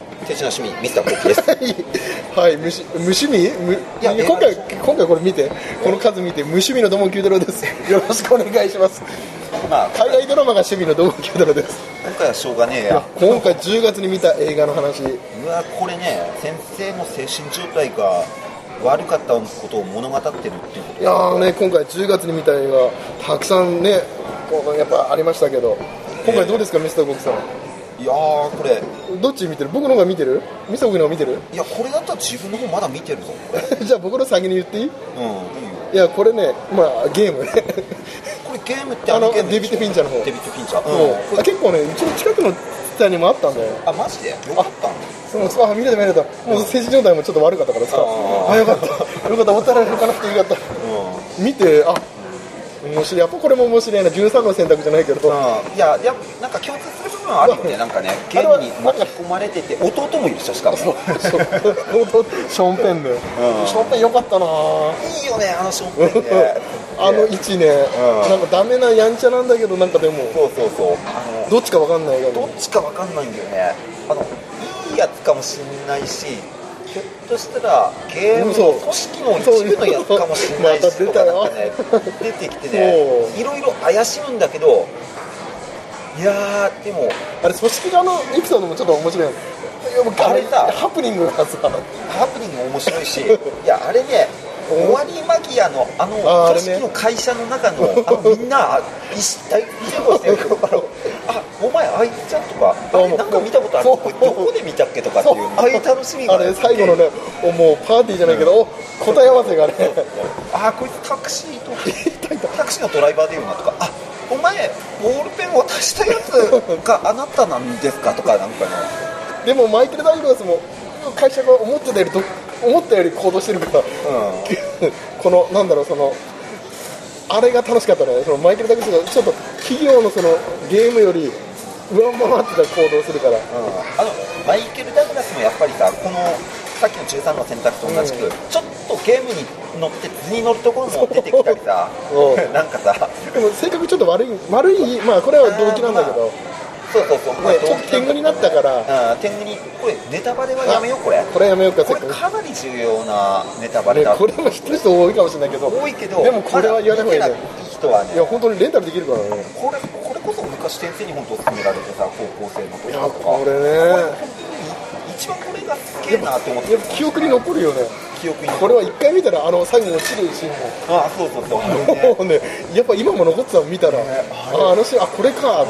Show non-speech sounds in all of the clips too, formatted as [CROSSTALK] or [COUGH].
の趣味、水田幸喜です。 [LAUGHS] はい、無し無趣味無いや今回、今回これ見て、この数見て、無趣味の土門九太郎です。 [LAUGHS] よろしくお願いします。 [LAUGHS] まあ、海外ドラマが趣味の土門九太郎です。今回はしょうがねえいやや。今回10月に見た映画の話、うわ、これね、先生の精神状態が悪かったことを物語ってるっていうこいやーね、今回10月に見た映画、たくさんね、こうやっぱありましたけど、今回どうですか、ミスターゴキさん。と。いやー、これ、どっち見てる僕の方が見てるミスターゴキの方が見てるいや、これだったら自分の方まだ見てるぞ、これ。 [LAUGHS] じゃあ僕の先に言っていいうん、いいよ。いや、これね、まあゲームね。これゲームってあのあのゲームでしょデビッドフィンチャーの方デビッド・フィンチャー。もううん。こあれ結構ね、うちの近くの店にもあったんだよ。あ、マジでよかったのそうそうあ見れた見れたもう精神状態もちょっと悪かったからさあーあよ [LAUGHS] かったよかったおたられかなくてよかったうん。見てあ面白いやっぱこれも面白いな13の選択じゃないけど、うん、いや、いやなんか共通する部分はあるよね、なんかね、ゲームに巻き込まれてて、弟もいるし、しかも、いそうショーンペンだよ、ショーンペンよかったなぁいよね、あのショッピング [LAUGHS] ねあの位置ね、うんなんかダメなやんちゃなんだけどなんかでもそうそうそう、あのどっちかわかんないけどどっちかわかんないんだよね、あのいいやつかもしんないし、ひょっとしたら、ゲームの組織の一部のやつかもしんないし、そうまた出たよとかなんかね、出てきてね、いろいろ怪しむんだけど、いやー、でも、あれ組織側のエピソードもちょっと面白いのいやもうあれさハプニングがさハプニング面白い [LAUGHS] し、いや、あれね、終わり間際のあのあーあれ組ね織の会社の中の、あのみんな、一体、見たことあるあのあお前、あいつちゃんとか、ああもれうなんか見たことある、そうこれどこで見たっけとかっていう、ああいう楽しみがあれ最後のねおもうパーティーじゃないけど、お答え合わせがねあーこいつタクシーと [LAUGHS] タクシーのドライバーでよなとかあお前ボールペン渡したやつが [LAUGHS] あなたなんですかとかなんかねでもマイケル・ダグラスも会社が思ってたよりと思ったより行動してるから、 [LAUGHS] このなんだろうそのあれが楽しかったねそのマイケル・ダグラスがちょっと企業のそのゲームより上回ってた行動するからあのマイケル・ダグラスもやっぱりさこのさっきの13の選択と同じく、うんちょっとゲームに乗って図に乗るところも出てきたりさそうう [LAUGHS] なんかさでも性格ちょっと悪い悪いまあこれは動機なんだけど、そうそうそう、まあね、ちょっと天狗になったからうん天狗にこれネタバレはやめようこれこれやめようかこせっれかくかなり重要なネタバレねだ、これも知ってる人多いかもしれないけど多いけどでもこれは言わない方がいいまだね見てない人はねいや本当にレンタルできるからねこれこれこそ昔先生に本当勧められてさ高校生のい時やとかこれこれね本当に一番これがすげえなって思ってやっぱ記憶に残るよね記憶にこれは一回見たらあの最後落ちるシーンもああそうそうそうあれねも [LAUGHS] うね、やっぱ今も残ってたの見たら、ねあれああのシーン、あこれか、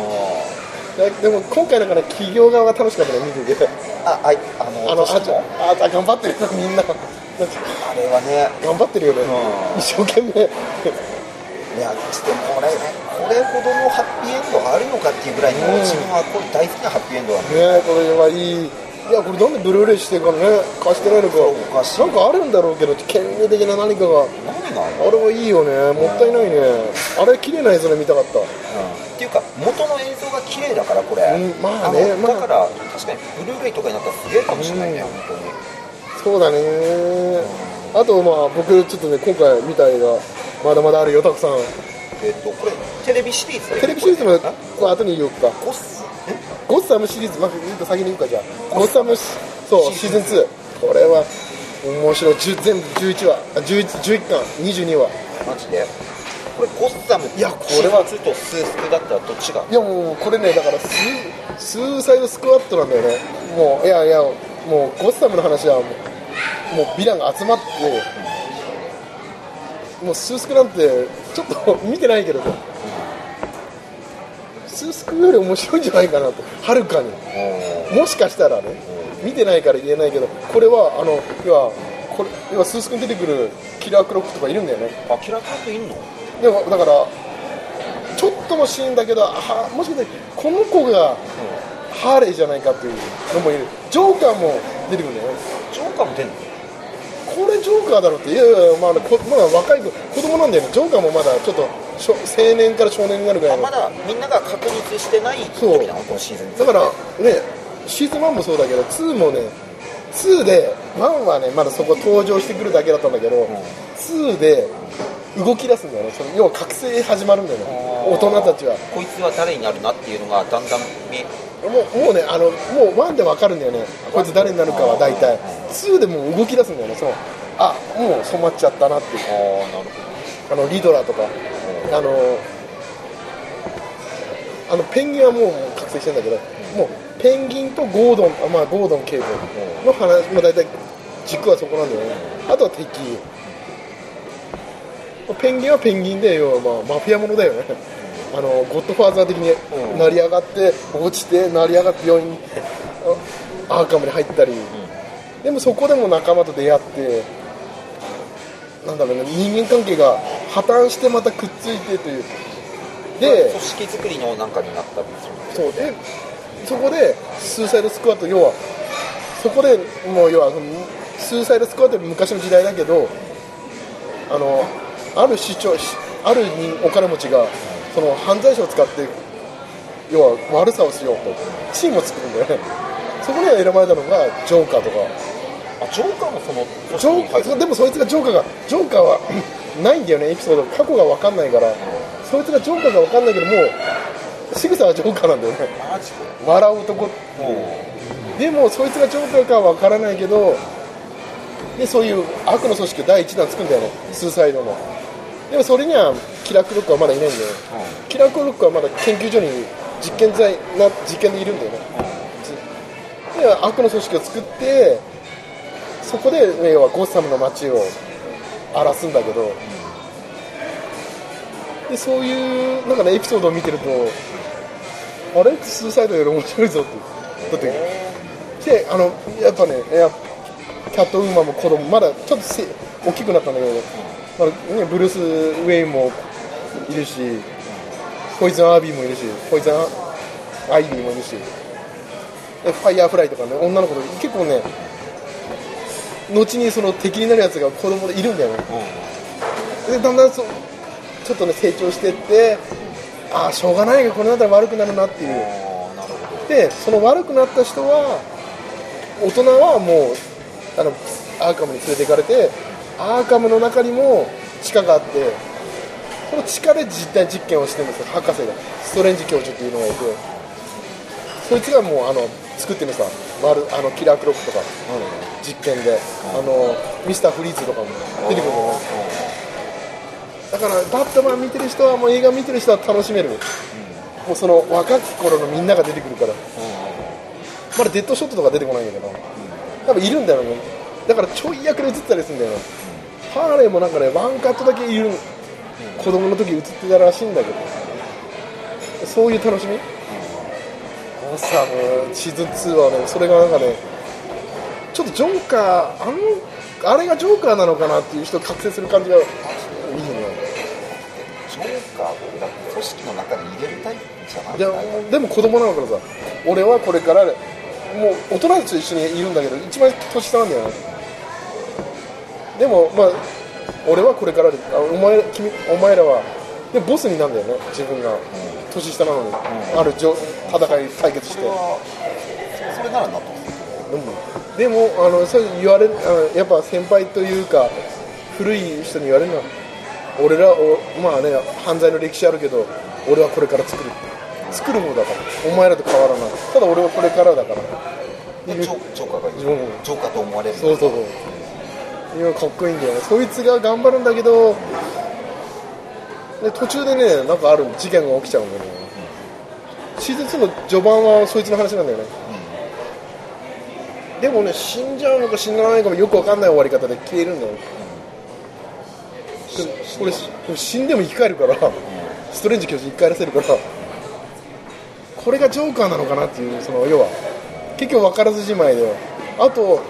ででも今回だから企業側が楽しかったね、見てて、ああいあのあのあ私もああ頑張ってるな、みんな、なんかあれはね頑張ってるよね、うん一生懸命、いやちょっとこれこれほどのハッピーエンドがあるのかっていうぐらいのうん自分はこれ大好きなハッピーエンドなのねこれはいい、いや、これ、なんでブルーレイしてるからね、貸してないのか、そうおかしいなんかあるんだろうけど、権利的な何かが、何なの、あれはいいよね、もったいないね、あれ、綺麗な映像で見たかった。うんっていうか元の映像が綺麗だからこれ、うんまあねのまあだから確かにブルーレイとかになったらすげえかもしれないね、うん本当にそうだねあとまあ僕ちょっとね今回見た映画まだまだあるよたくさんえっとこれテレビシリーズだよねテレビシリーズのこれねまあ後に言おうかゴッスえゴッサムシリーズまあ言うと先に言うかじゃあゴッサムシそうシシーーズンズン2これは面白い10全部11話あ 11, 11巻22話マジでこれゴッサムいやこれはちょっとスースクだったらどっちがいやもうこれねだからススーサイドスクワットなんだよねもういやいやもうゴッサムの話はもうもうヴィランが集まってもうスースクなんてちょっと見てないけれどスースクより面白いんじゃないかなとはるかにもしかしたらね見てないから言えないけどこれはあの要はこれ要はスースクに出てくるキラークロックとかいるんだよねあキラーカートいんのでもだからちょっとのシーンだけどあもしかしてこの子がハーレーじゃないかっていうのもいるジョーカーも出てくるんだよねジョーカーも出んのこれジョーカーだろうっていやいやいやまあこまだ若い子子供なんだよねジョーカーもまだちょっとしょ青年から少年になるぐらあいのまだかだみんなが確立してないそう時なのこのシーズンらねシーズン1もそうだけど2もね2で1はねまだそこ登場してくるだけだったんだけど、2で動き出すんだよねその要は覚醒始まるんだよね大人たちはこいつは誰になるなっていうのがだんだん見もうもうねあのもう1で分かるんだよねこいつ誰になるかは大体2でもう動き出すんだよねそのあもう染まっちゃったなっていうああなるあのリドラーとかあのあのペンギンはもう覚醒してんだけどもうペンギンとゴードンあまあゴードン警部の話も大体軸はそこなんだよねあとは敵ペンギンはペンギンで要はまあマフィアものだよねあのゴッドファーザー的にうん成り上がって落ちて成り上がって病院あアーカムに入ったり、でもそこでも仲間と出会ってなんだろうね人間関係が破綻してまたくっついてというほどで組織作りのなんかになったりするそうでそこでスーサイドスクワット要はそこでもう要はそのスーサイドスクワットって昔の時代だけどあのある市長しある人お金持ちがその犯罪者を使って要は悪さをしようとチームを作るんだよねそこには選ばれたのがジョーカーとかあジョーカーもその組織ジョにー入ってそうでもそいつがジョーカーがジョーカーはないんだよねエピソード過去が分かんないからそいつがジョーカーが分かんないけどもう仕草はジョーカーなんだよねマジで笑う男でもそいつがジョーカーかは分からないけどでそういう悪の組織を第1弾作るんだよねスーサイドのでもそれにはキラクロックはまだいないんだよねキラクロックはまだ研究所に実験在な実験でいるんだよねで悪の組織を作ってそこでね要はゴッサムの街を荒らすんだけどでそういうなんかねエピソードを見てるとあれスーサイドより面白いぞってだってであのやっぱねやっぱキャットウーマンも子供まだちょっとせ大きくなったんだけど、まあね、ブルース・ウェインもいるしポイズン・アービーもいるしポイズン・アイビーもいるしでファイヤーフライとかね女の子と結構ね後にその敵になるやつが子供でいるんだよねでだんだんそうちょっとね成長してってああしょうがないがこれだったら悪くなるなっていうああなるほどでその悪くなった人は大人はもうあのアーカムに連れて行かれてアーカムの中にも地下があってその地下で実体実験をしてるんですよ博士がストレンジ教授っていうのがいてそいつがもうあの作ってるさワルあのキラークロックとか実験であのミスターフリーズとかも出てくるんだよねだからバットマン見てる人はもう映画見てる人は楽しめる、もうその若き頃のみんなが出てくるから、まだデッドショットとか出てこないんだけど、多分いるんだよねだからちょい役で映ったりするんだよね、ハーレーもなんかねワンカットだけいる、子供の時映ってたらしいんだけどそういう楽しみ、もうさもうシーズン2はねそれがなんかねちょっとジョーカーあのあれがジョーカーなのかなっていう人を覚醒する感じがいいねジョーカーをだって組織の中に入れるタイプじゃないでもでも子供なのからさ俺はこれからもう大人たちと一緒にいるんだけど一番年下なんだよねでもまあ俺はこれからであお前君お前らはでボスになるんだよね自分が年下なのに、あるじょ戦い対決しそてれはそれなら納得するうんでもあのそう言われるあのやっぱ先輩というか古い人に言われるのは俺らおまあね犯罪の歴史あるけど俺はこれから作る作る方だからお前らと変わらないただ俺はこれからだからジョージョーカーがいいジうんョーカーと思われるそうそうそういやかっこいいんだよねそいつが頑張るんだけどで途中でねなんかある事件が起きちゃうんだよねシーズン2の序盤はそいつの話なんだよね、でもね死んじゃうのか死なないかもよくわかんない終わり方で消えるんだよ、でもこれこれ死んでも生き返るから、ストレンジ教授生き返らせるからこれがジョーカーなのかなっていうその要は結局分からずじまいであと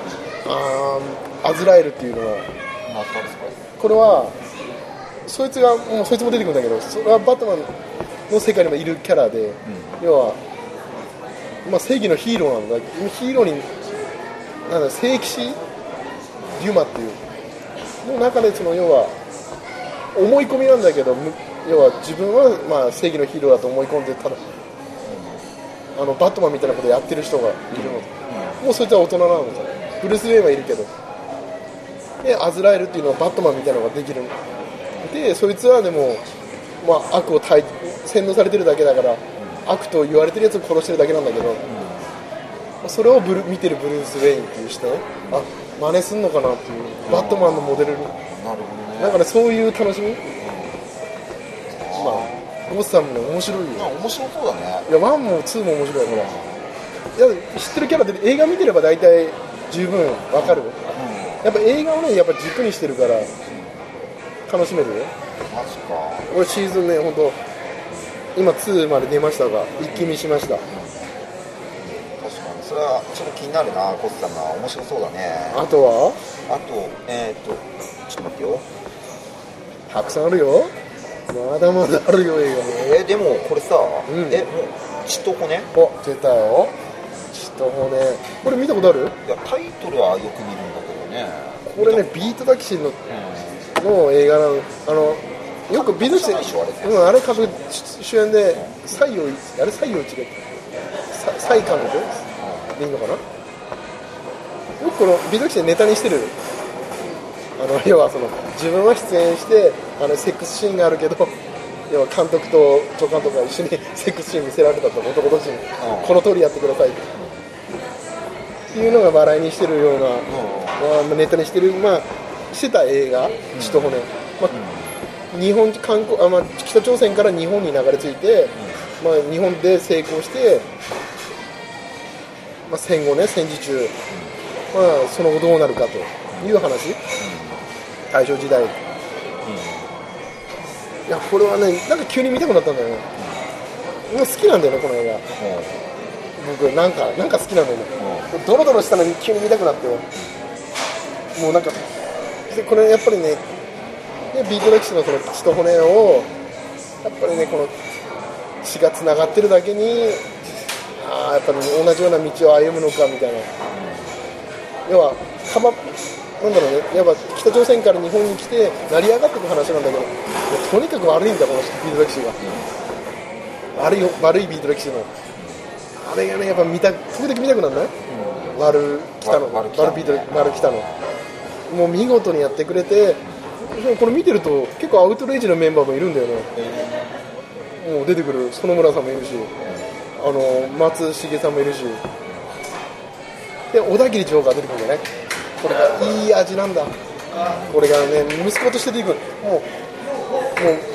あーアズラエルっていうのはまあそうですかこれはそいつがもうそいつも出てくるんだけどそれはバットマンの世界にもいるキャラで、要は、まあ、正義のヒーローなんだヒーローになんだ聖騎士デュマっていうの中でその要は思い込みなんだけどむ要は自分はまあ正義のヒーローだと思い込んでただあのバットマンみたいなことやってる人がいるの、もうそいつは大人なのさブルース・ウェインはいるけどでアズラエルっていうのはバットマンみたいなのができるでそいつはでも、まあ、悪を退洗脳されてるだけだから悪と言われてるやつを殺してるだけなんだけど、それをブル見てるブルース・ウェインっていう人、あ真似すんのかなっていう、バットマンのモデルに、なるほどねだからそういう楽しみ、まあ、ゴッサムね、面白いよ。まあ面白そうだねいや、1も2も面白いから、いや知ってるキャラで映画見てれば大体十分わかる、やっぱ映画をね、やっぱ軸にしてるから、楽しめるよ、マジか俺、シーズンね、本当、今、2まで出ましたが、一気見しました、確かにそれはちょっと気になるなコスさんが面白そうだねあとは、あとえっ、とちょっと待ってよたくさんあるよ、まだまだあるよ、映画も。えー、でもこれさ、んえもう血と骨いお出たよ、ちょっともうね、これ見たことあるやタイトルはよく見るんだけどねこれね、ビートタキシンのうの映画なのあのよく美術監督じゃないでしょあれってうん、あれ監督主演で西洋一あれ西洋一がさ西監督でいいのかなよくこの美術史でネタにしてるあの要はその自分は出演してあのセックスシーンがあるけど [LAUGHS] 要は監督と助監督が一緒に [LAUGHS] セックスシーン見せられたと男同士に、うんこの通りやってくださいって,、いうのが笑いにしてるような、まあ、ネタにしてる、まあ、してた映画、血と骨、まあ日本韓国あ、まあ、北朝鮮から日本に流れ着いて、まあ、日本で成功して、まあ、戦後ね、戦時中、まあ、その後どうなるかという話、大正時代、いや、これはね、なんか急に見たくなったんだよね、もう好きなんだよね、この映画。んうん僕なんかなんか好きなのよ、ドロドロしたのに急に見たくなってよもうなんかでこれやっぱりねでビートレキシのその血と骨をやっぱりねこの血がつながってるだけにああやっぱり同じような道を歩むのかみたいな要はかばなんだろうねやっぱ北朝鮮から日本に来て成り上がってく話なんだけどいやとにかく悪いんだこのビートレキシが、悪いよ悪いビートレキシのあれがねやっぱ見た時々見たくなんない、悪北の悪悪北のビートレ丸北のもう見事にやってくれてでもこれ見てると結構アウトレイジのメンバーもいるんだよね、もう出てくる園村さんもいるしあの松重さんもいるしで小田切城が出てくるんだよねこれがいい味なんだこれがね息子として出てくるもうも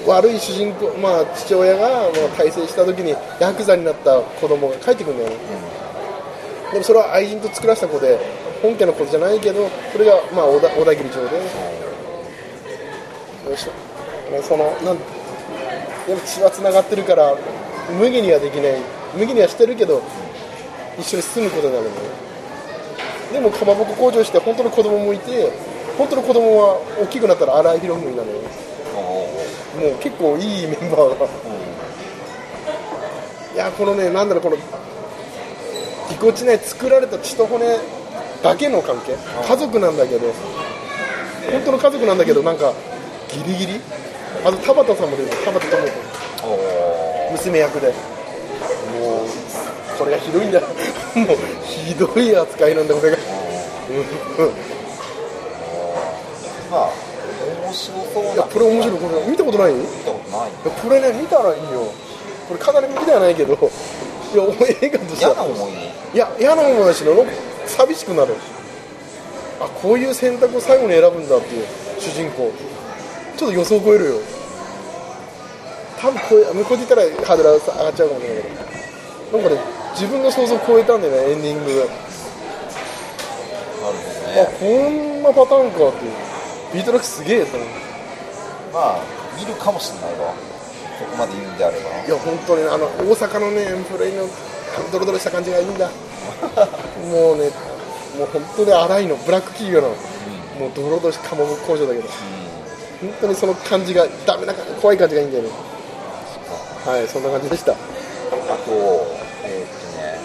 う悪い主人公、まあ、父親がもう大成した時にヤクザになった子供が帰ってくるんだよね、でもそれは愛人と作らせた子で本家の子じゃないけどそれがまあ小田小田切城でよいしょねそのなんやっぱ血はつながってるから無理にはできない無理にはしてるけど一緒に住むことになるんだよねでもかまぼこ工場して本当の子供もいて本当の子供は大きくなったら荒井宏文なのよもう結構いいメンバーが、いやこのねなんだろうこのぎこちない作られた血と骨だけの関係家族なんだけど本当の家族なんだけどなんかギリギリあと田畑さんも出てる田畑智子おお娘役でもうこれがひどいんだ [LAUGHS] もうひどい扱いなんだこれが [LAUGHS] まあ面白そうだいやこれ面白いこれ見たことない見たことないいやこれね見たらいいよこれかなり向きではないけどいやお前映画として嫌はな思いいや嫌なものだしの寂しくなるあこういう選択を最後に選ぶんだっていう主人公ちょっと予想を超えるよ多分こう向こうで言ったらハードル上がっちゃうかもしれないけどなんかね自分の想像を超えたんだよねエンディングがなるほどあねこんなパターンかっていうビートラックすげえと思ってまあ見るかもしれないわここまで言うんであればいや本当にねあの大阪のねプレイのあのドロドロした感じがいいんだもうねもう本当に荒いのブラック企業の、もうドロドロしたかまぼこ工場だけど、本当にその感じがダメな感じ怖い感じがいいんだよねはいそんな感じでしたあとえーっとね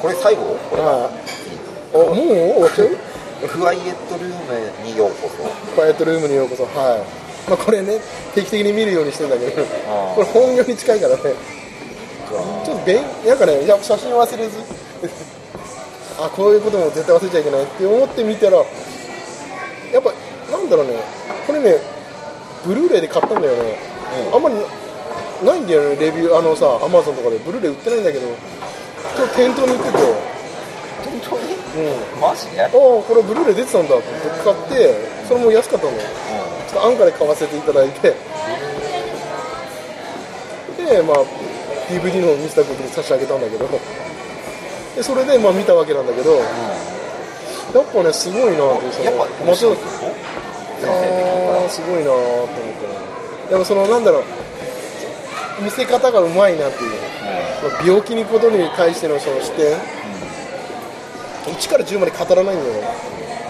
これ最後これああおもう終わっちゃうクワイエットルームにようこそクワイエットルームにようこそはい、まあ、これね定期的に見るようにしてんだけどあーこれ本業に近いからねちょっと便なんかね、いや写真忘れず、 [LAUGHS] あこういうことも絶対忘れちゃいけないって思って見たら、やっぱ、なんだろうね、これね、ブルーレイで買ったんだよね、あんまりないんだよねレビューあのさアマゾンとかでブルーレイ売ってないんだけど今日店頭に売ってて本当にうんマジでああこれブルーレイ出てたんだと思って買ってそれも安かったのようちょっと安価で買わせていただいてでまあ DVD の方を見せたことに差し上げたんだけどでそれでまあ見たわけなんだけどやっぱねすごいなってそのんやっぱも面ち白いろんってこと全あーすごいなと思ってでもそのなんだろう見せ方がうまいなっていう病気にことに対してのその視点、1から10まで語らないんだよ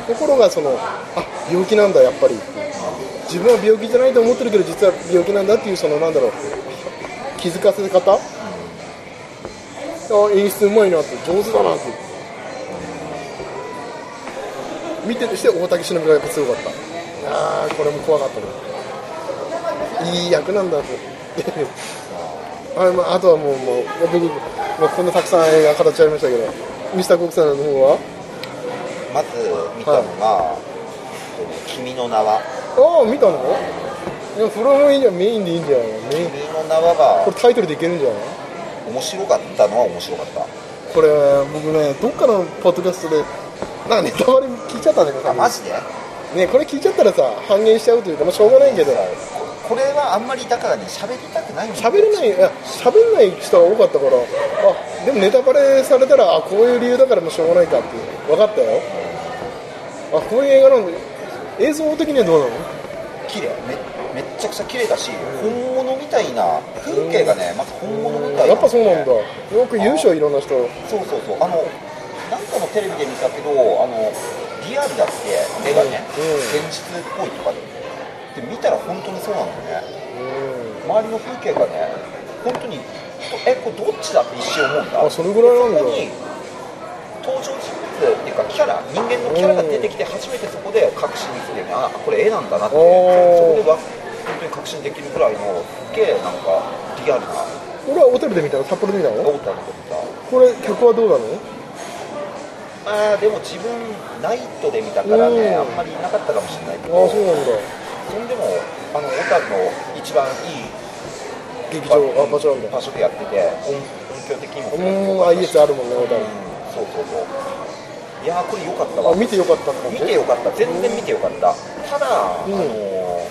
ところがそのあ病気なんだやっぱり自分は病気じゃないと思ってるけど実は病気なんだっていうそのなんだろう気づかせ方、あ演出うまいなって上手だなって見ててして大竹しのぶがやっぱ強かったああこれも怖かったねいい役なんだってあまああとはもうもう僕、まあ、こんなたくさん映画語っちゃいましたけどミスターコックさんの方はまず見たのが「君の名は」ああ見たのいやそれもいいじゃんメインでいいんじゃんメイ「ン君の名は」がこれタイトルでいけるんじゃない面白かったのは面白かったこれ僕ねどっかのポッドキャストでなんかネタバレ聞いちゃったんだけどあマジでねこれ聞いちゃったらさ半減しちゃうというか、まあ、しょうがないけどここれはあんまりだからね喋りたくないんだよ喋れないいや喋れない人が多かったからあでもネタバレされたらあこういう理由だからもうしょうがないかっていう分かったよあこういう映画なんで映像的にはどうなの綺麗めめっちゃくちゃ綺麗だし本物みたいな風景がねまず本物みたいなやっぱそうなんだよく優勝いろんな人そうそうそうあのなんかのテレビで見たけどあのリアルだって絵がね、うんうん現実っぽいとかでで見たら本当にそうなんだよねうん周りの風景がね本当にえこれどっちだって一瞬思うんだあそれぐらいなんだそこに登場人物っていうかキャラ人間のキャラが出てきて初めてそこで確信できてねあこれ絵なんだなってそおーこでは本当に確信できるぐらいのすげえなんかリアルな俺は小樽で見たの札幌で見たの思ったのと見たこれ客はどうなのあーでも自分ナイトで見たからね、うんあんまりいなかったかもしれないけあどあそうなんだそんでもあの小樽の一番いい劇場あ場所なんだ場所でやってて音音響的にもすごうく良ーんかあったいいやしつあるもんねう小ん樽そうそうそういやーこれ良かったあわ見てよかったんだ見てよかった全然見てよかったただ、うんあのー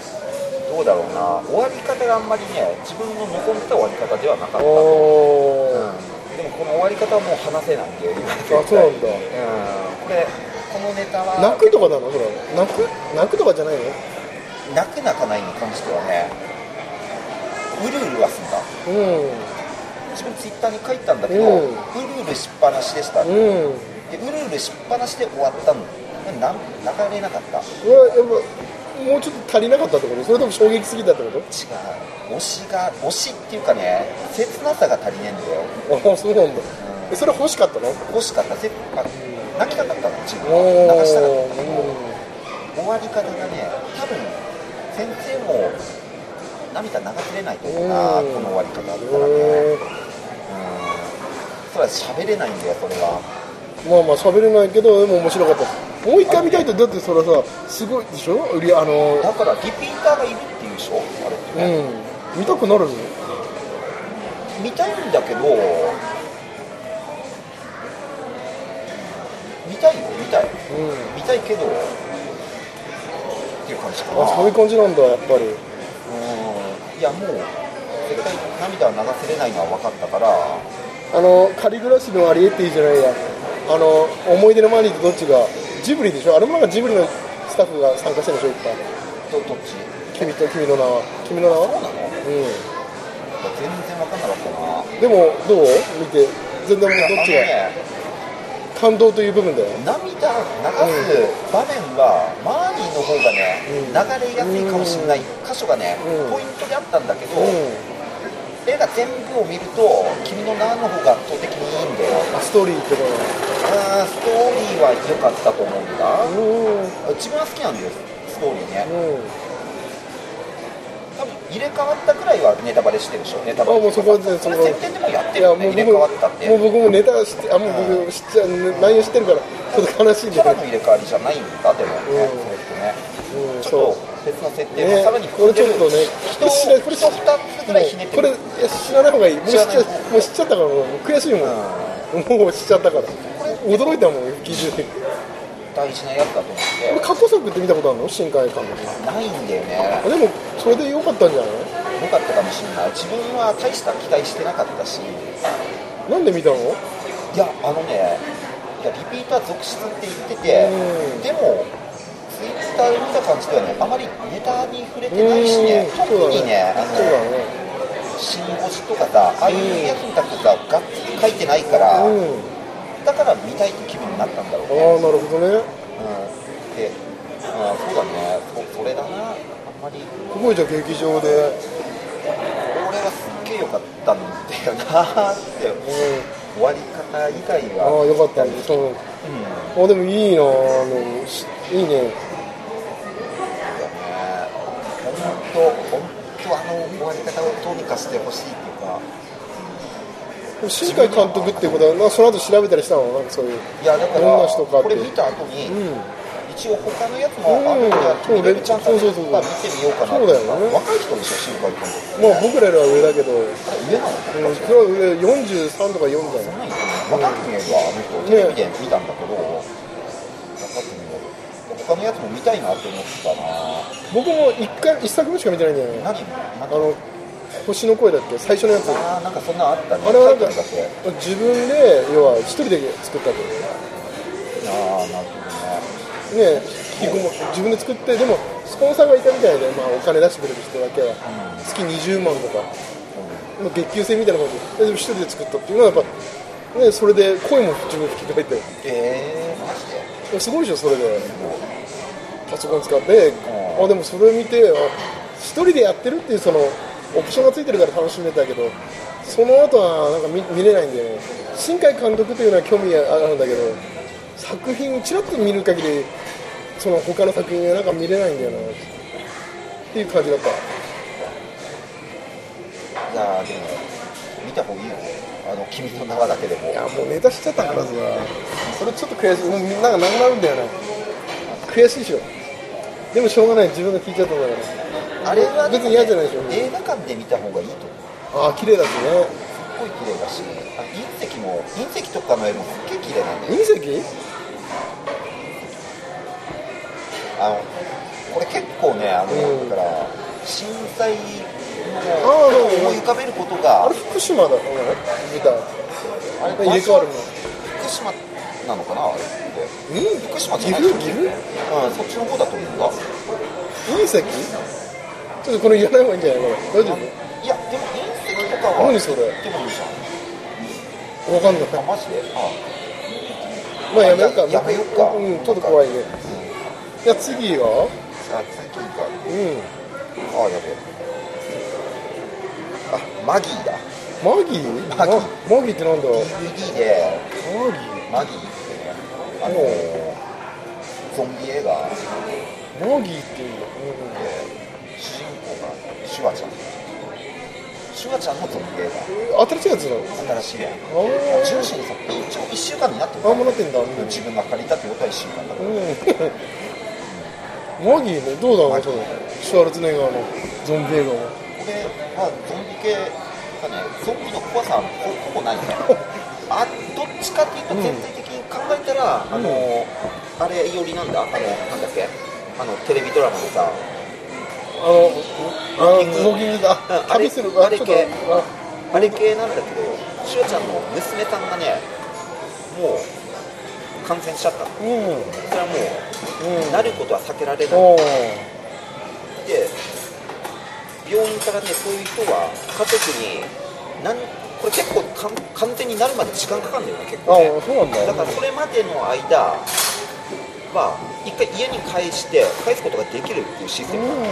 どうだろうな終わり方があんまりね自分の望んでた終わり方ではなかった、うんおーあでもこの終わり方はもう話せないんだよ今そううなんだんこれこのネタは泣くとかなのそれ泣く泣くとかじゃないの泣く泣かないに関してはねうるうるはすんだう自分ツイッターに書いたんだけど、ううんるうるしっぱなしでした、でんうんうるうるしっぱなしで終わったのなん泣かれなかった違これはやっぱもうちょっと足りなかったってことそれとも衝撃すぎたってこう推しが推しっていうかね切なさが足りねえんだよとああそうなんだえそれ欲しかったの欲しかったせあ泣きたかったの自分おはー泣かしたかったんだけどう終わり方がね多分先生も涙流せれないと思うなうんこの終わり方だったらねんへそれは喋れないんだよそれはーまあまあ喋れないけどでも面白かったもう一回見たいとだってそれはさすごいでしょ売りあのだからリピーターがいるっていうでしょあれってね、うん見たくなるの見たいんだけど見たいよ見たいうん見たいけどっていう感じかなあそういう感じなんだやっぱうりんいやもう絶対涙は流せれないのは分かったからあの仮暮らしのアリエッティじゃないやあの思い出のマニーとどっちがジブリでしょあれもなんかジブリのスタッフが参加してるでしょいっぱいどどっち君と君の名は君の名そうなはのう全然分かんなかったなんでもどう見て全然どっちいがやあのね感動という部分だよ涙流す場面はマーニーの方がね、うん流れやすいかもしれない箇所がね、うポんイントであったんだけど、う絵が全部を見ると君の名の方が圧倒的にいいんだよんあストーリーってこあーストーリーは良かったと思うんだとうん自分は好きなんだよストーリーねうん多分入れ替わったくらいはネタバレしてるでしょネタバレあもうそこは全然それそこは設定でもやっているやよもねう入れ替わったっ僕てもう僕もネタ知ってあもう僕知っちゃう内容知ってるからちょっと悲しいんキャだラけどの入れ替わりじゃないんだでもね、うそれってねんうんちょっとそ別の設定ねで、さらにこれちょっとね人知らないをこれ人を2つぐらいひねってこるれいや知らない方がいいもう知っちゃ知らないもう知っちゃったからもう悔しいもん、もう知っちゃったから驚いたもん聞いててこ大事なやつだと思っれ過去作って見たことあるの新海監督てないんだよねでもそれで良かったんじゃない良かったかもしれない自分は大した期待してなかったしいなんで見たのうんやあのねいやリピートは続出って言っててうんでもツイッターで見た感じではねあまりネタに触れてないしねそう特にねだねあそうのだね新星とかさああいうやつに対してさがっつり書いてないからうんだから見たいって気分になったんだろうああねなるほどねうんで、あーそうだね、そそれだな、あんまり、すごいじゃあ劇場で、俺はすっげえ良かったんだよなーって、う終わり方以外ん、ああは、よかったねそううん、だあでもいいなあのしいいねよね、本当、本当、あの終わり方をどうにかしてほしいっていうか、新海監督っていうことは、まあ、その後調べたりしたのなんかそういういや、だから、どんな人かっこてれ見た後に、うん一応、他のやつうんも、あの時見れるチャンスあるそうそうそうから見てみようかなってそうだよね若い人でしょ、新海監督って、まあ僕らよりは上だけど、あれ上なのうん、それは上43とか4だよね若く見えるわ、あの人、テレビで見たんだけど、若く見える、他のやつも見たいなって思ってたな、僕も一回一作目しか見てないんだよね何、なんあか、の星の声だっけ最初のやつああーなんかそんなのあったね、れはなんタかイトルだけ自分で要は一人で作ったとあーなるね引きこも自分で作ってでもスポンサーがいたみたいで、まあ、お金出してくれる人だけは月20万とかほどね、まあ月給制みたいな感じででも一人で作ったっていうのはやっぱ、ね、それで声も自分で吹き替えてうん、えー、マジで、すごいでしょそれでパソコン使ってうんあでもそれ見てあ一人でやってるっていうそのオプションがついてるから楽しめたけどその後はなんか見見れないんだよね新海監督というのは興味あるんだけど作品ちらっと見る限りその他の作品はなんか見れないんだよなっていう感じだったいやー、でも、見た方がいいよ、あの君の名はだけでも、いやもうネタしちゃったからさそれちょっと悔しいもうなんかなくなるんだよね悔しいでしょでもしょうがない自分が聞いちゃったんだからあれは、別に嫌じゃないでしょ映画館で見た方がいいと思う。ああ綺麗だしねすっごい綺麗だし、あ隕石も、隕石とかの絵もすっげえ綺麗なんだよ。隕石あのこれ結構ね、あのうんだから震災をああそう思い浮かべることあがれ福島だろ見たあ入れ替わるの福島なのかなあれってうん福島じゃ岐ない阜岐阜うん、そっちの方だと思うんだ隕石ちょっとこれ言わない方がいいんじゃないこれ大丈いやでも隕石とかは何それでもいいじゃ夫わかんないんあマジであまあやめようかややめようかうんちょっと怖いねじゃあ次はあ次かうんあやべえあマギーだマギーマギーママギーってなんだ DVD でママギーギーってねあのゾンビ映画マギーっていうんだ主人公がシュワちゃんシュワちゃんのゾンビ映うん新しいやつなの画新しいやんあージューシーにさ一応1週間になってるあもうなってんだうん自分が借りたってことは1週間だから、マギーねどうだろマうギーそれシュワルツェネッガーのゾンビ映画はこれはゾンビ系がねゾンビの怖さはほほぼ [LAUGHS] ないんだよあどっちかっていうと全体的に考えたら、あのあれよりなんだあのなんだっけあのテレビドラマのさあの、あの、動きだう。ん旅する。あれちょっとあれ系ああれ系なんだけどシュワちゃんの娘さんがねもう感染しちゃったのうん。うん。それはもうなることは避けられないおお。で病院からねそういう人は家族になんこれ結構かん完全になるまで時間かかるんだよね結構ねああ、そうなんだ。だからそれまでの間は一回家に返して返すことができるっていうシステうムなんだん。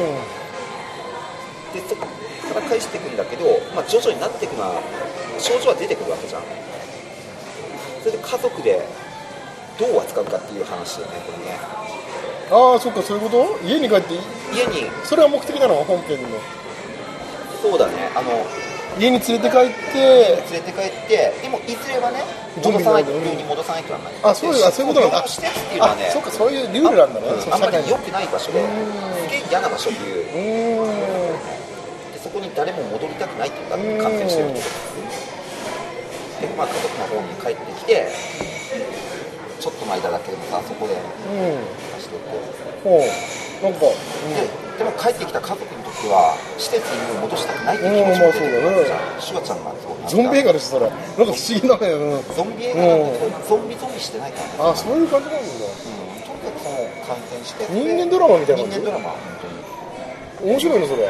でそこから返していくんだけど、まあ、徐々になっていくのは症状は出てくるわけじゃんそれで家族でどう扱うかっていう話だよねこれねああ、そっか、そういうこと。家に帰って、家にそれは目的なの、本編の。そうだねあの家に連れて帰って。連れて帰って、でもいずれはね、ゾン戻ビにさなないると、ルールに戻さないとはならない。あ、そういう、あ、そういうことなんだ。してっていうのはあね、、そっか、そういうルールなんだね。うそんあのんま社り会良の。くない場所で、すげえ嫌な場所っていううーんでそこに誰も戻りたくないっていうか感染してるってことですで、まあ、家族の方に帰ってきてちょっとの間だけでもさそこでうん暮しててほうなんかででも帰ってきた家族にとっては施設に戻したくないっていう気持ちも出てくるじゃんシュワちゃんがすごいなんかゾンビ映画でしょそれなんか不思議だねうんゾンビ映画なんだけどゾンビゾンビしてないからねあそういう感じなんだうんとにかくその感染して人間ドラマみたいな感じ人間ドラマ本当に面白いのそれ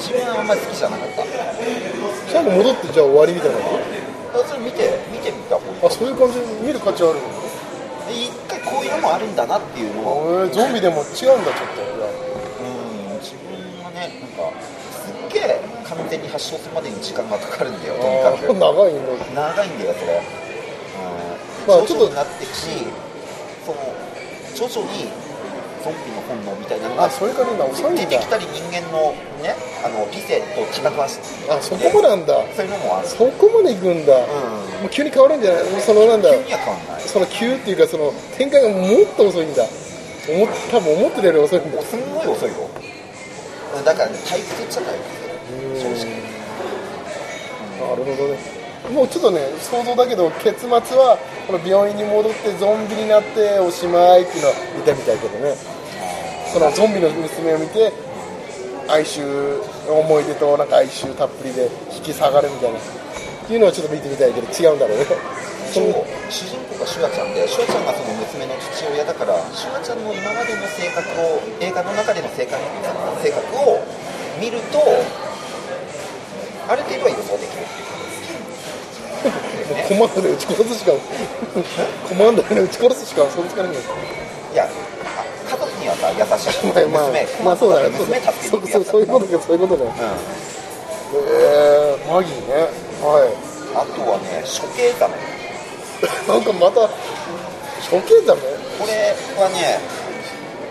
自分はあんまり好きじゃなかった最後戻ってじゃあ終わりみたいな感だからそれ見て見てみた方がいいじあそういう感じ見る価値あるで一回こういうのもあるんだなっていうのをえー、ゾンビでも違うんだちょっとじゃあうん自分はねなんかすっげえ完全に発症するまでに時間がかかるんだよとにかあーく長いんだ長いんだよそれ、まあうん、ち徐ょ々っとになっていくしその徐々にゾンビの本能みたいなのがあそれから今遅いんだ出てきたり人間のねあの理性と戦わしてあそこなんだそういうのもあるそこまで行くんだ、んもう急に変わるんじゃないもうそのなんだ急には変わんないその急っていうかその展開がもっと遅いんだ思っ多分思ってたより遅いんだもうすんごい遅いよだから、ね、退屈っちゃったよ正直なるほどねもうちょっとね想像だけど結末はこの病院に戻ってゾンビになっておしまいっていうのは見たみたいけどねそのゾンビの娘を見て哀愁思い出となんか哀愁たっぷりで引き下がるみたいなっていうのはちょっと見てみたいけど違うんだろうねそう主人公がシュワちゃんでシュワちゃんがその娘の父親だからシュワちゃんの今までの性格を映画の中での性格性格を見るとある程度は予想できるっていうことですねコマンドで撃ち殺すしかコマンドで撃ち殺すしか想像つかないんだけどいやあ家族にはさ優しいまあ娘、まあまあそうだねそう娘だ助けそうてそやうそういうことかそういうことかうん、えー、マギーねはいあとはね処刑だねなんかまた処刑だねこれはね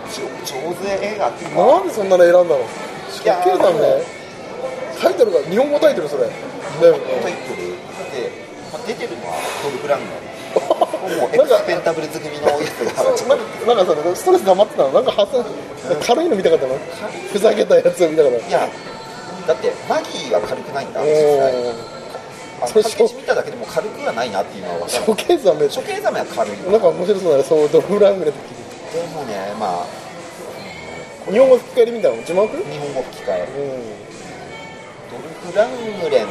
じょ上手映画っていうかなんでそんなの選んだのい処刑やだねタイトルが日本語タイトルそれだよタイねトルで、まあ、出てるのはトル・ブラウンだねもうエなクんかスペンタブルズ組のやつがそうなんかなんかさストレス溜まってたのなんか発散軽いの見たかったのふざけたやつを見たかったいやだってマギーは軽くないんだお実際ーあそれのパッケージ見ただけでも軽くはないなっていうのは分かる処刑だね処刑ザメは軽いよでなんか面白そうだねそうドルフラングレの時もねまあに日本語吹き替えで見たの字幕うん日本語吹き替えドルフ・ラングレン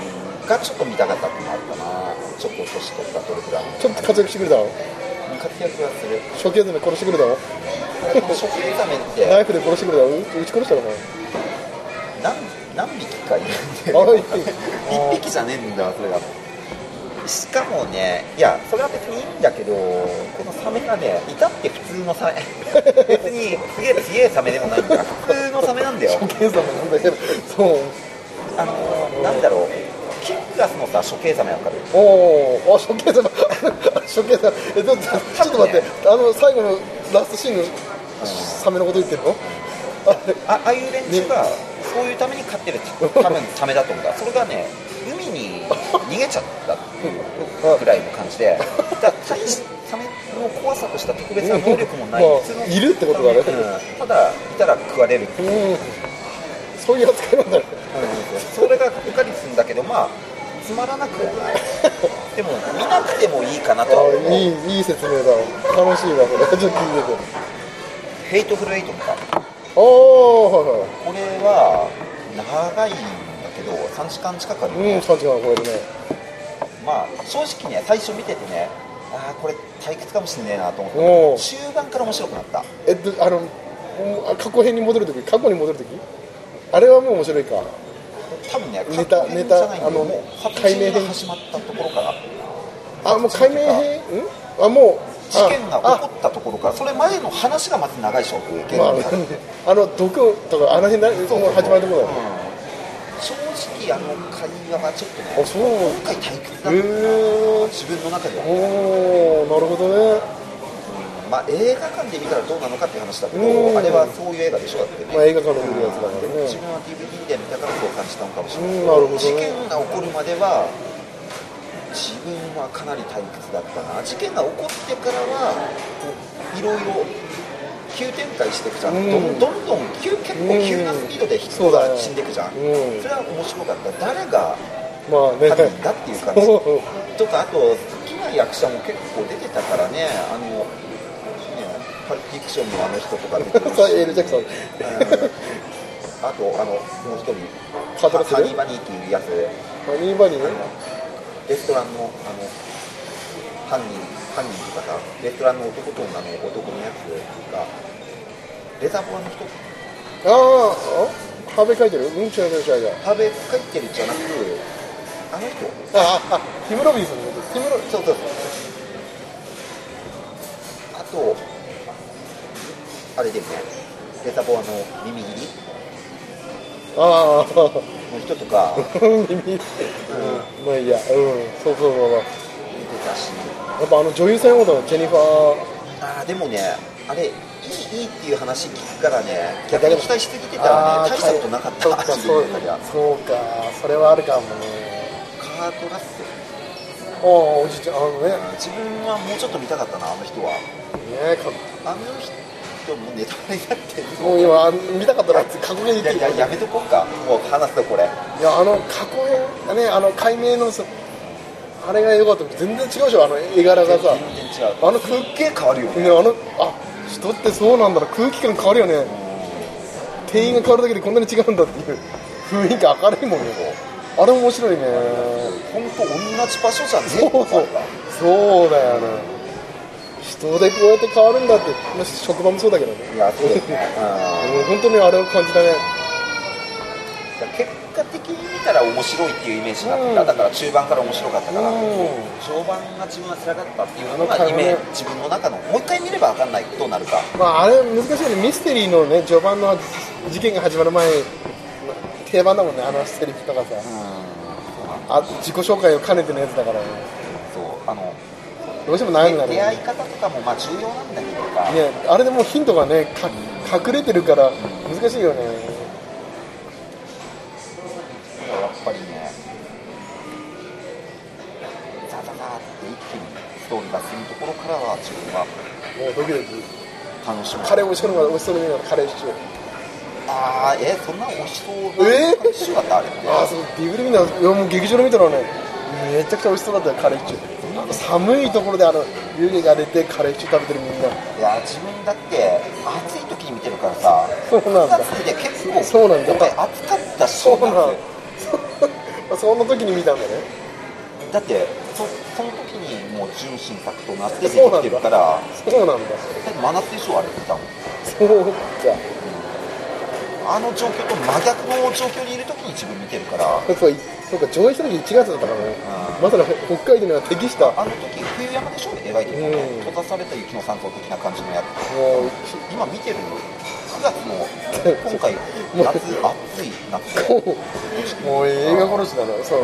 がちょっと見たかったっていうのもあるかなちょっと年取ったドルフ・ラングちょっと活躍してくれたのレン活躍はする処刑だね殺してくれたのこの処刑ザメっナてイフで殺してくれたの撃ち殺したのかな何何匹かいるんであ一匹 [LAUGHS] 一匹じゃねえんだそれがしかもねいやそれは別にいいんだけどこのサメがね至って普通のサメ別にすげえすげえサメでもないんだ普通のサメなんだよ処刑様なんだけどそうあのーなんだろうキックアスのさ処刑ザメわかるおーあ処刑様 [LAUGHS] 処刑様えちょっとちょっと待ってあの最後のラストシーンのサメのこと言ってるのあれあああいう連中がそういうために飼ってる多分サメだと思うんだそれがね海に逃げちゃったっていうぐらいの感じでだから大しサメの怖さとした特別な能力もないまあ普通のいるってことだねうんただいたら食われるっていううんそういう扱いなんだねそれがうかりするんだけどまあつまらなくはないでも見なくてもいいかなとは思あういいいい説明だわ楽しいわそれちょっ [LAUGHS] と聞いててヘイトフルエイトとかああはいはいこれは長いんだけど3時間近くあるよねうん、3時間を超えるね。まあ正直ね最初見ててねああこれ退屈かもしれねえなと思ったおう中盤から面白くなったえっと、あの、うんあ過去編に戻るとき、過去に戻るときあれはもう面白いか。多分ねネタ過去編じゃないんだネタあのよもう解解明編明が始まったところからあ、もう解明編んあ、もう。事件が起あこったところからそれ前の話がまず長いでしょあまあ、あ [LAUGHS] の、毒とか、あの辺だ、もう始まるところだよ。うん正直あの会話がちょっとねあ、そう。今回退屈だったなへー自分の中では、おー、なるほどね。まあ、映画館で見たらどうなのかっていう話だけどうんあれはそういう映画でしょだってね、まあ、映画館で見るやつだから自ね。分は DVD で見たからそう感じたのかもしれない、うんなるほどね事件が起こるまでは自分はかなり退屈だったな事件が起こってからはいろいろ急展開していくじゃん、うんどんどんどん急結構急なスピードで人が死んでいくじゃん、そうだねうんそれは面白かった誰がまあね [LAUGHS] 犯人だっていう感じそうそうとかあと好きな役者も結構出てたからねあのねパルプフィクションのあの人とか出てるし [LAUGHS] そうエール・ジャクソンうんあとあのもう一人カートラスハニーマニーっていうやつでハニーバニーねレストランのあの犯人犯人とかさレストランの男と女の男のやつがレザーボアの人ああハーベイ書いてるうん違う違う違う違う壁書いてるじゃなくあの人あああティム・ロビンソンのことそうそうそうあとあれでもねレザーボアの耳切りあの人と [LAUGHS] かあ耳うんまあいいやうんそうそうそうそう出てたしやっぱあの女優さんごとのジェニファーあーでもねあれいいいいっていう話聞くからね逆に期待しすぎてたらね大したことなかったそうかそう自分の中でかはそうかそれはあるかもねカートラッセルああおじいちゃんあのねうん自分はもうちょっと見たかったなあの人はねかあの人もネタバレになってるもう今見たかったら過去編言っいてやるいややめとこうかもう話すとこれいやあの過去編ねあの解明のそあれが良かった全然違うでしょあの絵柄が全さ然ね違うあのすっげえ変わるよあねのあ人ってそうなんだな空気感変わるよね店員が変わるだけでこんなに違うんだっていう雰囲気明るいもんねあれ面白いね本当同じ場所じゃねえそうそうそうだよね人でこうやって変わるんだってまあ職場もそうだけどねいやそうですねうんもう本当にあれを感じたねいや結果的に見たら面白いっていうイメージになってた、うんだから中盤から面白かったから、うん序盤が自分は辛かったっていうのあのが回イもねメージ自分の中のもう一回見れば分かんないことになるかまあ、あれ難しいよねミステリーのね序盤の事件が始まる前定番だもんねあのセリフとかさあ自己紹介を兼ねてのやつだからねそうあのどうしても悩むだろう出会いね方とかもまあ重要なんだけどか、ねあれでもうヒントがねか隠れてるから難しいよねやっぱりねザザザって一気にストーリーが進むところからは自分はもうドキドキ楽しむカレー美味しそうなのが美味しそうなのがカレーシチューああえそんな美味しそうえな一緒だったあれってああそうビブルミナいやもう劇場で見たらねめちゃくちゃ美味しそうだったよカレーシチューあの寒いところであの湯気が出てカレーシチュー食べてるみんないや自分だって暑い時に見てるからさそうなんだ9月で結構そうなんだ今回暑かったしそうな夏のそんな時に見たんだ [LAUGHS] ねだってそその時にもう純真作となって出てきてるからだそうなんだって真夏でしょあれって多分そうかあの状況と真逆の状況にいる時に自分見てるからそうそうか上映した時1月だったからねあーまさに北海道には適したもあの時冬山でしょ描いてるのねうん閉ざされた雪の山荘的な感じのやつう今見てる9月 [LAUGHS] の今回夏暑い夏でちょっとこうもう映画殺しだなそう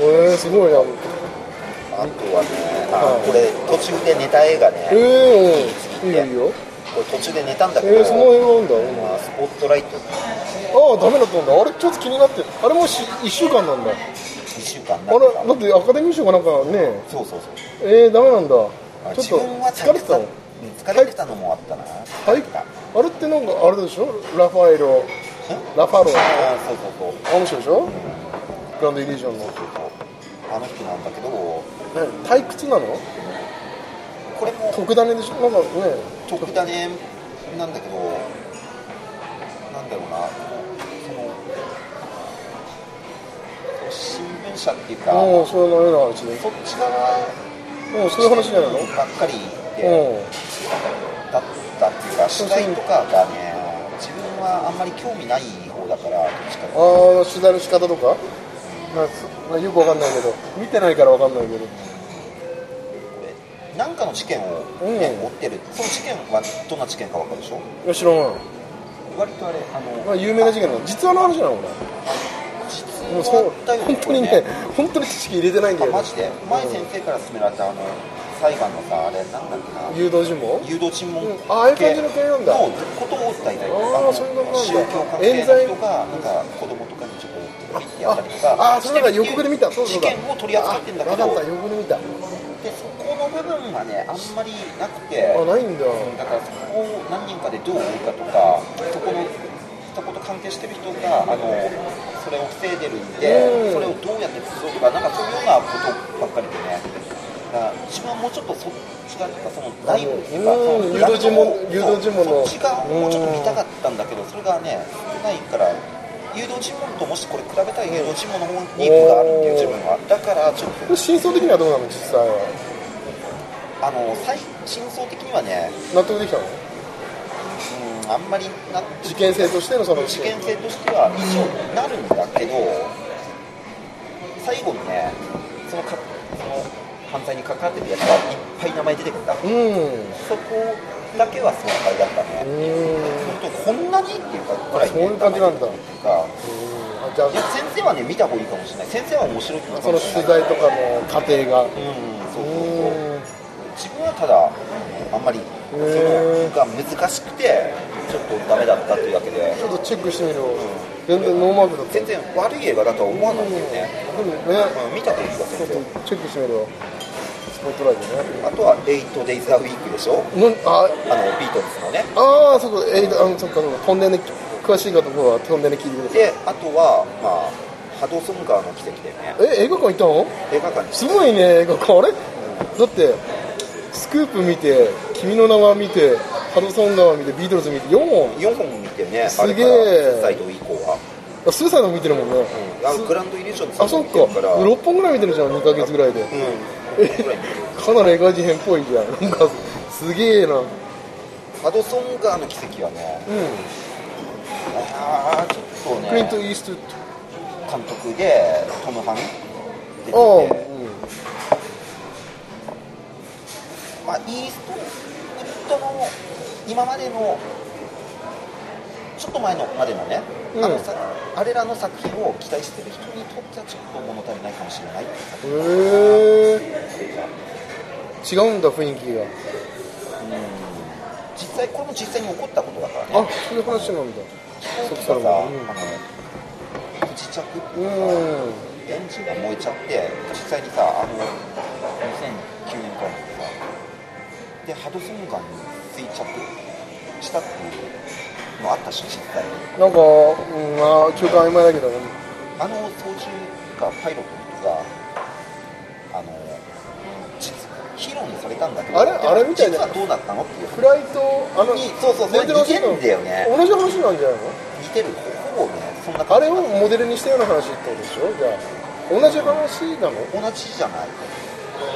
えー、すごいなあとはね、あこれ途中で寝た映画ね、ええー、いいよいいよこれ途中で寝たんだけえど、ー、その映画なんだ、うんまあスポットライトああダメだったんだあれちょっと気になってあれもし1週間なんだあ1週間なれんかだってアカデミー賞がなんかねそうそうそうえー、ダメなんだちょあっと自分は疲れてたのうん疲れてたのもあったな、はいあれってなんかあれでしょラファエロラファローああそうそうそうあの人でしょグランドイリュージョンのそうそうそうあの人なんだけどこ退屈なのれも特ダネでしょなんかね特ダネなんだけどなんだろうなその新聞社っていうかもうそれのような話でそっち側もうそういう話じゃないのばっかりで、うんだったっていうか取材とかがね自分はあんまり興味ない方だからどっちかっていうとああ取材の仕方とかまあそまあよくわかんないけど見てないからわかんないけど俺なんかの事件を、ねうん追ってるその事件はどんな事件か分かるでしょいや知らない、割とあれあまのあ、有名な事件なの実話の話なのこれ実もう話そうだよね本当にこれね本当に知識入れてないんだあよ、マ、ねジで前先生から勧められたあの裁判のさあれなんだっけな誘導尋問誘導尋問うんああいう感じの系なんだのことを訴えたりとかあーそういうことなんだ宗教関係の人がなんか子供とかにちょっとやったりとかああそれなんか予告で見たそう事そうだ件を取り扱ってんだけどあ分かった予告で見たでそこの部分はねあんまりなくてあないんだだからそこを何人かでどう追うかとかそこのそこと関係してる人があのそれを防いでるんうでんそれをどうやって防ぐとかなんかそういうようなことばっかりでねだから自分はもうちょっとそっちがなんかその内部っていうかそうんの裏の誘導尋問誘導尋問そっのちがもうちょっと見たかったんだけどそれがね少ないから誘導尋問ともしこれ比べたら誘導尋問の方に行くがあるっていう自分はだからちょっとこれ真相的にはどうなの実際はあの最真相的にはね納得できたうのんあんまりな事件性としてのその事件性としては以上になるんだけど最後にねそのかその犯罪に関わってるやつがいっぱい名前出てくるんだうんうそこだけは爽快だったねーん本当こんなにっていうかぐらいそういう感じなん名だ前出てくるからあじゃいやあ先生はね見た方がいいかもしれない先生は面白いかもしそれなのい取材とかの過程がううんそうそうそうーん自分はただあんまりそのへーが難しくてちょっとダメだったというわけでちょっとチェックしてみる全然ノーマークだった全然悪い映画だとは思わないんだよね、でもねうん見たというかちょ先生っとチェックしてみるわスポットライトねあとは 8days a week でしょなんああのビートルズのねあーそこえーあのそっかそっかトンネルね詳しい方はトンネル聞いてくださいであとはまあハドソン川の奇跡だよねえ映画館行ったの映画館にすごいね映画館あれだってスクープ見て君の名は見てハドソン川見てビートルズ見て4本4本見てねすげえあれからサイド以降は、あスーサイド見てるもんねうんあのグランドイリュージョンズあそっかからうん6本ぐらい見てるじゃん2ヶ月ぐらいで6ぐらい見てるかなり映画事変っぽいじゃんなんかすげえなうんハドソン川の奇跡はねああちょっとねクリント・イーストウッ監督でトム・ハン出てドああて、まあ、イーストウッドの今までのちょっと前のまでのね、うんあのさあれらの作品を期待してる人にとってはちょっと物足りないかもしれないっていううんへえ違うんだ雰囲気が実際これも実際に起こったことだからねあそういう話なんだ飛行機がさ、そっかあうんの不時着ってういんうか、エンジンが燃えちゃって、実際にさ、あの2009年からいにさ、で、ハドソン川に衰着したっていうのあったし、実際に、なんか、うん、あー中間曖昧だけどねあの操縦がパイロットが、あの実ヒーローにされたんだけど、あれあれみたい実なはどうなったのっていうフライトあのに、そうそう、それ似てるんだよね、同じ話なんじゃないの似てる、ほぼね、そんなあ感じれをモデルにしたような話ってことでしょじゃあ同じ話なの同じじゃない、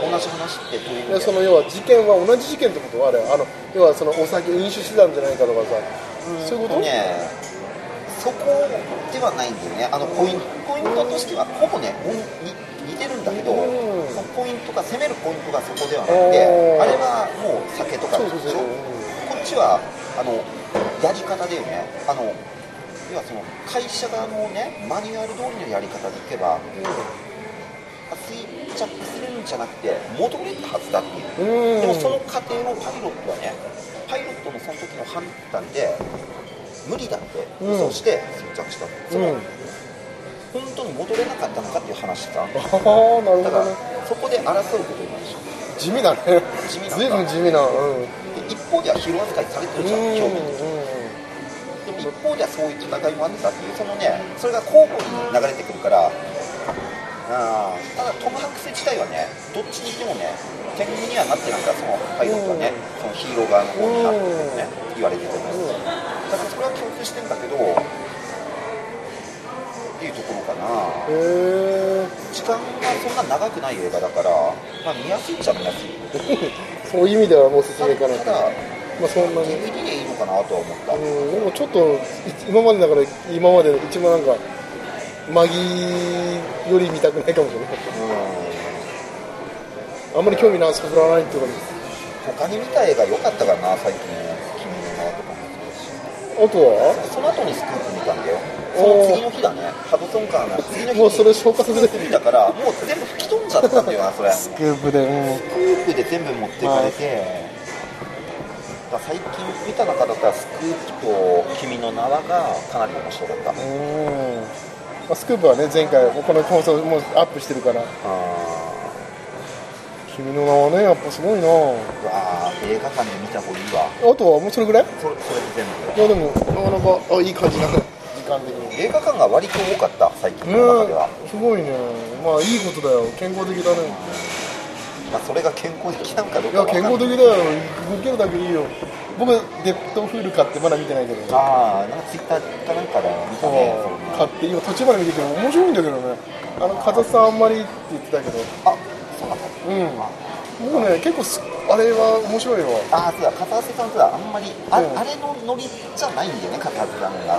同じ話ってどういう意味だよでその要は事件は同じ事件ってことはあれあの要はそのお酒飲酒してたんじゃないかとかさそういうこと、ねそこではないんだよねあのポインポイントとしてはほぼねおんに似てるんだけど、うんそのポイントが攻めるポイントがそこではなくておあーれはもう酒とかそうそうそうこっちはあのやり方だよねあの要はその会社側のねマニュアル通りのやり方でいけば衰着するんじゃなくて戻れるはずだっていううんうんでもその過程をパイロットはね、パイロットのその時の判断で、無理だって、うん予想して衰着したの、そうんの本当に戻れなかったのかっていう話さ、ああなるほだからどねそこで争うことになるでしょ、地味だね地味なんだ随分地味なうんうんで一方ではヒーロー扱いされてるじゃん、表面的にでも一方ではそういう戦いもあってたっていう、そのね、それが交互に流れてくるから、あーただトム・ハンクス自体はね、どっちにいてもね、天狗にはなってないから、そのパイロットはね、そのヒーロー側の方になってるってね、言われてると思うんですよ。だからそれは共通してんだけどっていうところかなへえ時間がそんな長くない映画だから、まあ、見やすいっちゃ見やすいそういう意味ではもう進ためいかないだたとだまあそんなに DVD でいいのかなとは思った、うん、でもちょっとい今までだから今までの一番なんかマギより見たくないかもしれないあんまり興味ないそそらないってことです他に見た映画良かったかな最近「君の名は」とかもそうあとはだしその後にスクープ見たんだよその次の日だねハドソンカーの次の日にもうそれ消化させスクてープ見たからもう全部吹き飛んじゃったんだよなそれスクープでもスクープで全部持ってかれて、だから最近見た中だったらスクープと「君の名は」がかなり面白かった、ううん、まあ、スクープはね前回この放送もうアップしてるかあらー君の名はねやっぱすごいなあうわあ映画館で見た方がいいわとはもうそれぐらいそれそれで全部いやでもなかなかあいい感じだね時間的に映画館が割と多かった最近ねの中では、すごいねまあいいことだよ健康的だねまあ、それが健康的なのかどういかやわかん健ない康的だよ動けるだけいいよ僕デッドフール買ってまだ見てないけどねああなんかツイッターかなんかで見たねそんな買って今途中まで見てるけど面白いんだけどねあの風さんあんまりって言ってたけどあそうなんだうん僕ね結構すあれは面白いわああそうだ片瀬さんとはあんまりあ,、うんあれのノリじゃないんだよね片瀬さんが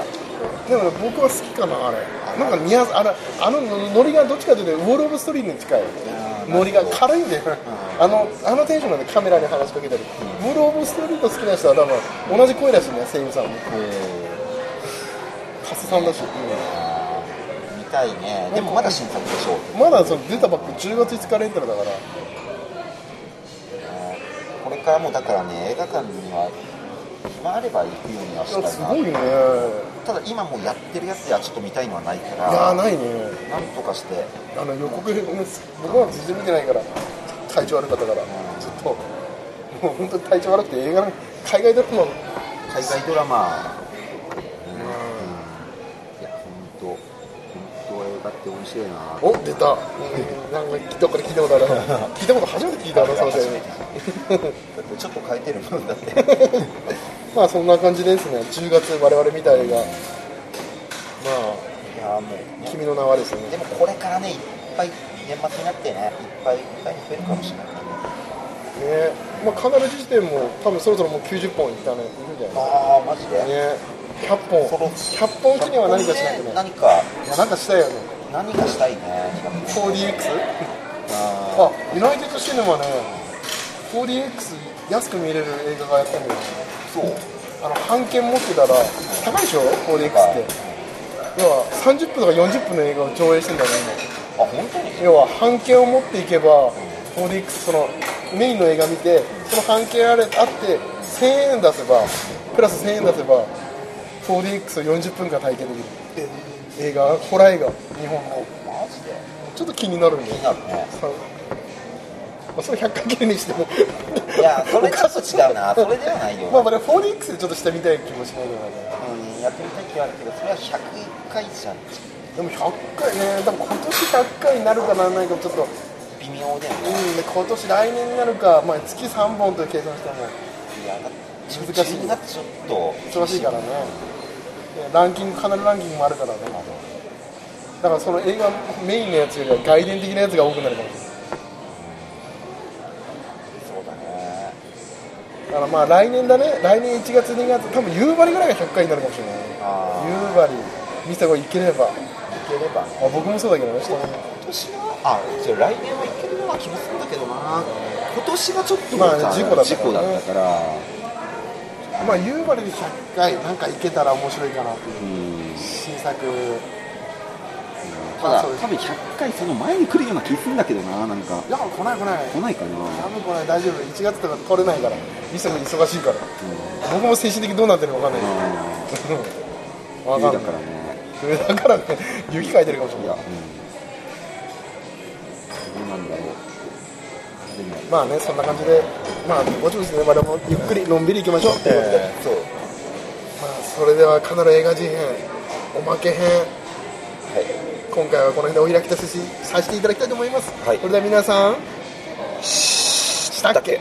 でもね僕は好きかなあれなんか似合うあのあのノリがどっちかというとウォール・オブ・ストリートに近いノリが軽いんだよ、あのあのテンションなんでカメラに話しかけたり、ウォール・オブ・ストリート好きな人は多分同じ声だしね声優さんもえ加瀬さんだし、ー見たいねでもまだ新作でしょまだその出たばっか10月5日レンタルだからこれからもだからね映画館には暇あれば行くようにはしたいすなごいねいやただ今もうやってるやつではちょっと見たいのはないからーないねなんとかしてあの予告編ね僕は全然見てないから体調悪かったからちょっともう本当に体調悪くて映画の海外ドラマ海外ドラマいや本当本当映画って面白いなお出た、なんかどっかで聞いたことあ [LAUGHS] る聞いたこと初めて聞いたなその試合だってちょっと変えてるもんだってまあそんな感じですね10月我々みたいがまいやもうあね君の名はですでねもこれからねいっぱい年末になってねいっぱいいっぱい増えるかもしれないねねまあ必ず時点も多分そろそろもう90本いったねいるんじゃないああマジでね100本そろ100本記念は何かしないとねね何かいやなんかしたいよね何かしたいね 4DX? あーあユナイテッドシネマね 4DX 安く見れる映画がやってるんだよそうあの半券持ってたら高いでしょ 4DX って要は30分とか40分の映画を上映してんだねあ本当に今要は半券を持っていけば 4DX そのメインの映画見てその半券あれあって1000円出せばプラス1000円出せば 4DX を40分間体験できるえ映画ホラー映画日本のマジでちょっと気になるん気でになるねさまあそれ100回記念にしてもいやそれちょっと違うなそれではないよ [LAUGHS] まあまあね 4DX でちょっとしてみたい気もしないでもないねうんやってみたい気はあるけどそれは101回じゃでも100回ね多分今年100回になるかならないかちょっと微妙だようねんで今年来年になるか、まあ、月3本という計算してもいやだって難しい12月ちょっと忙しいからねいやランキングカナルランキングもあるからねだからその映画メインのやつよりは外伝的なやつが多くなるかもしれないそうだねだからまあ来年だね来年1月2月多分夕張ぐらいが100回になるかもしれないあ夕張ミサゴ行ければあいければねあ僕もそうだけどね下に今年はあじゃあ来年はいけるような気もするんだけどな今年がちょっとまあねなんか事故だっ事故だったたからねからまあ夕張で100回なんか行けたら面白いかなっていう新作たまだあそうです多分100回その前に来るような気するんだけどななんかいや来ない来ない来ないかな多分来ない大丈夫1月とか来れないからミサゴ忙しいから僕も精神的にどうなってるか分かんないうん分冬かんだないからね冬だからね雪かいてるかもしいれなやいどうなんだろうでもまあねそんな感じでまあぼちぼちね我々もゆっくりのんびり行きましょうということで、そうまあそれではカナル映画事変おまけ編はい今回はこの辺でお開きとさせさせていただきたいと思います、はいそれでは皆さんししたっけ